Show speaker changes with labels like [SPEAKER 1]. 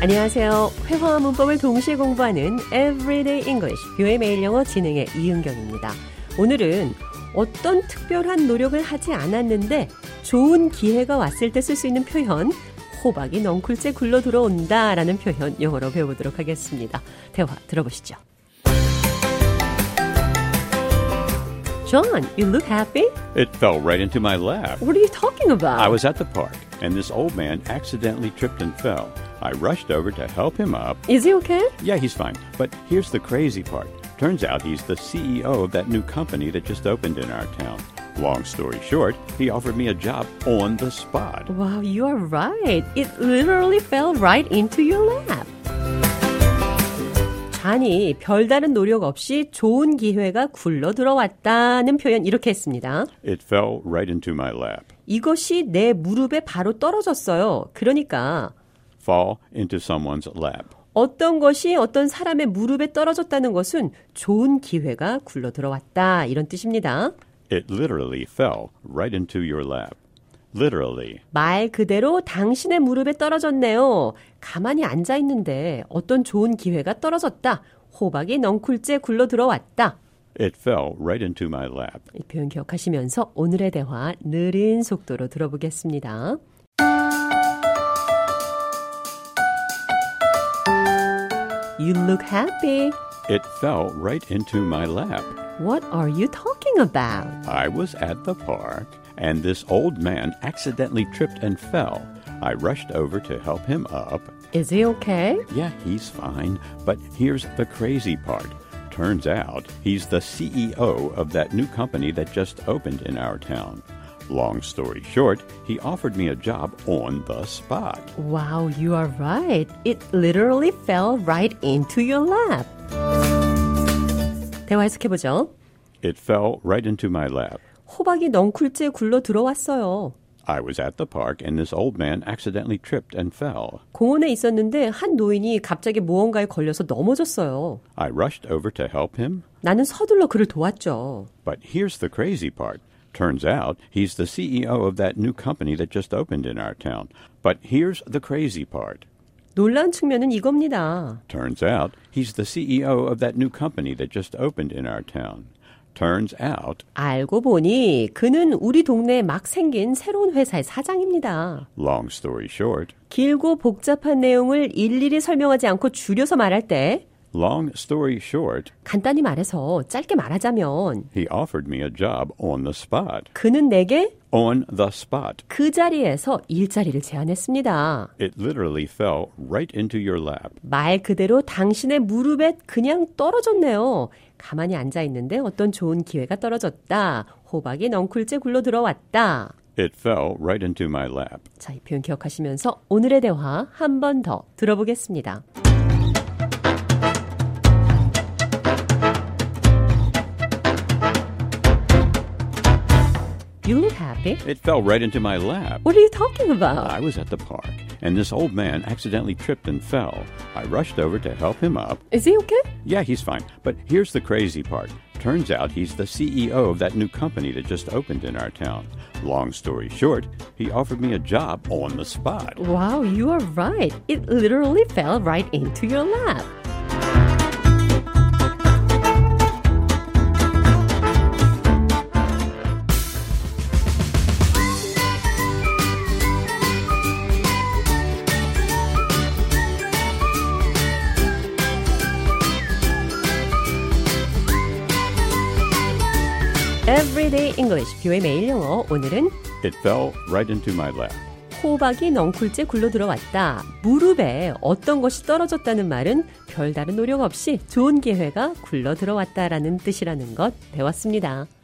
[SPEAKER 1] 안녕하세요. 회화와 문법을 동시에 공부하는 Everyday English 교회 매일 영어 진행의 이은경입니다. 오늘은 어떤 특별한 노력을 하지 않았는데 좋은 기회가 왔을 때 쓸 수 있는 표현 호박이 넝쿨째 굴러 들어온다 라는 표현 영어로 배워보도록 하겠습니다. 대화 들어보시죠. John, you look happy?
[SPEAKER 2] It fell right into my lap.
[SPEAKER 1] What are you talking about?
[SPEAKER 2] I was at the park, and this old man accidentally tripped and fell. I rushed over to help him up.
[SPEAKER 1] Is he okay?
[SPEAKER 2] Yeah, he's fine. But here's the crazy part. Turns out he's the CEO of that new company that just opened in our town. Long story short, he offered me a job on the spot.
[SPEAKER 1] Wow, you are right. It literally fell right into your lap. 잔이 별다른 노력 없이 좋은 기회가 굴러 들어왔다는 표현 이렇게 했습니다.
[SPEAKER 2] It fell right into my lap.
[SPEAKER 1] 이것이 내 무릎에 바로 떨어졌어요. 그러니까
[SPEAKER 2] Fall into someone's lap.
[SPEAKER 1] 어떤 것이 어떤 사람의 무릎에 떨어졌다는 것은 좋은 기회가 굴러 들어왔다 이런 뜻입니다.
[SPEAKER 2] It literally fell right into your lap. Literally.
[SPEAKER 1] 말 그대로 당신의 무릎에 떨어졌네요. 가만히 앉아 있는데 어떤 좋은 기회가 떨어졌다. 호박이 넝쿨째 굴러 들어왔다.
[SPEAKER 2] It fell right into my lap.
[SPEAKER 1] 이 표현 기억하시면서 오늘의 대화 느린 속도로 들어보겠습니다. You look happy.
[SPEAKER 2] It fell right into my lap.
[SPEAKER 1] What are you talking about?
[SPEAKER 2] I was at the park, and this old man accidentally tripped and fell. I rushed over to help him up.
[SPEAKER 1] Is he okay?
[SPEAKER 2] Yeah, he's fine, but here's the crazy part. Turns out he's the CEO of that new company that just opened in our town. Long story short, he offered me a job on the spot.
[SPEAKER 1] Wow, you are right. It literally fell right into your lap. 대화 해석해보죠.
[SPEAKER 2] It fell right into my lap.
[SPEAKER 1] 호박이 넝쿨째 굴러 들어왔어요.
[SPEAKER 2] I was at the park, and this old man accidentally tripped and fell.
[SPEAKER 1] 공원에 있었는데 한 노인이 갑자기 무언가에 걸려서 넘어졌어요.
[SPEAKER 2] I rushed over to help him.
[SPEAKER 1] 나는 서둘러 그를 도왔죠.
[SPEAKER 2] But here's the crazy part. Turns out he's the CEO of that new company that just opened in our town. But here's the crazy part.
[SPEAKER 1] 놀라운 측면은 이겁니다.
[SPEAKER 2] Turns out he's the CEO of that new company that just opened in our town. Turns out,
[SPEAKER 1] 알고 보니 그는 우리 동네에 막 생긴 새로운 회사의 사장입니다.
[SPEAKER 2] long story short,
[SPEAKER 1] 길고 복잡한 내용을 일일이 설명하지 않고 줄여서 말할 때
[SPEAKER 2] long story short,
[SPEAKER 1] 간단히 말해서 짧게 말하자면
[SPEAKER 2] he offered me a job on the spot.
[SPEAKER 1] 그는 내게
[SPEAKER 2] On the spot.
[SPEAKER 1] 그 자리에서 일자리를 제안했습니다.
[SPEAKER 2] It literally fell right into your lap.
[SPEAKER 1] 말 그대로 당신의 무릎에 그냥 떨어졌네요. 가만히 앉아 있는데 어떤 좋은 기회가 떨어졌다. 호박이 넝쿨째 굴러 들어왔다.
[SPEAKER 2] It fell right into my lap.
[SPEAKER 1] 자, 이 표현 기억하시면서 오늘의 대화 한 번 더 들어보겠습니다. You look happy.
[SPEAKER 2] It fell right into my lap.
[SPEAKER 1] What are you talking about?
[SPEAKER 2] I was at the park, and this old man accidentally tripped and fell. I rushed over to help him up.
[SPEAKER 1] Is he okay?
[SPEAKER 2] Yeah, he's fine. But here's the crazy part. Turns out he's the CEO of that new company that just opened in our town. Long story short, he offered me a job on the spot.
[SPEAKER 1] Wow, you are right. It literally fell right into your lap. Everyday English, 뷰의 매일 영어. 오늘은
[SPEAKER 2] It fell right into my lap.
[SPEAKER 1] 호박이 넝쿨째 굴러 들어왔다. 무릎에 어떤 것이 떨어졌다는 말은 별다른 노력 없이 좋은 기회가 굴러 들어왔다라는 뜻이라는 것 배웠습니다.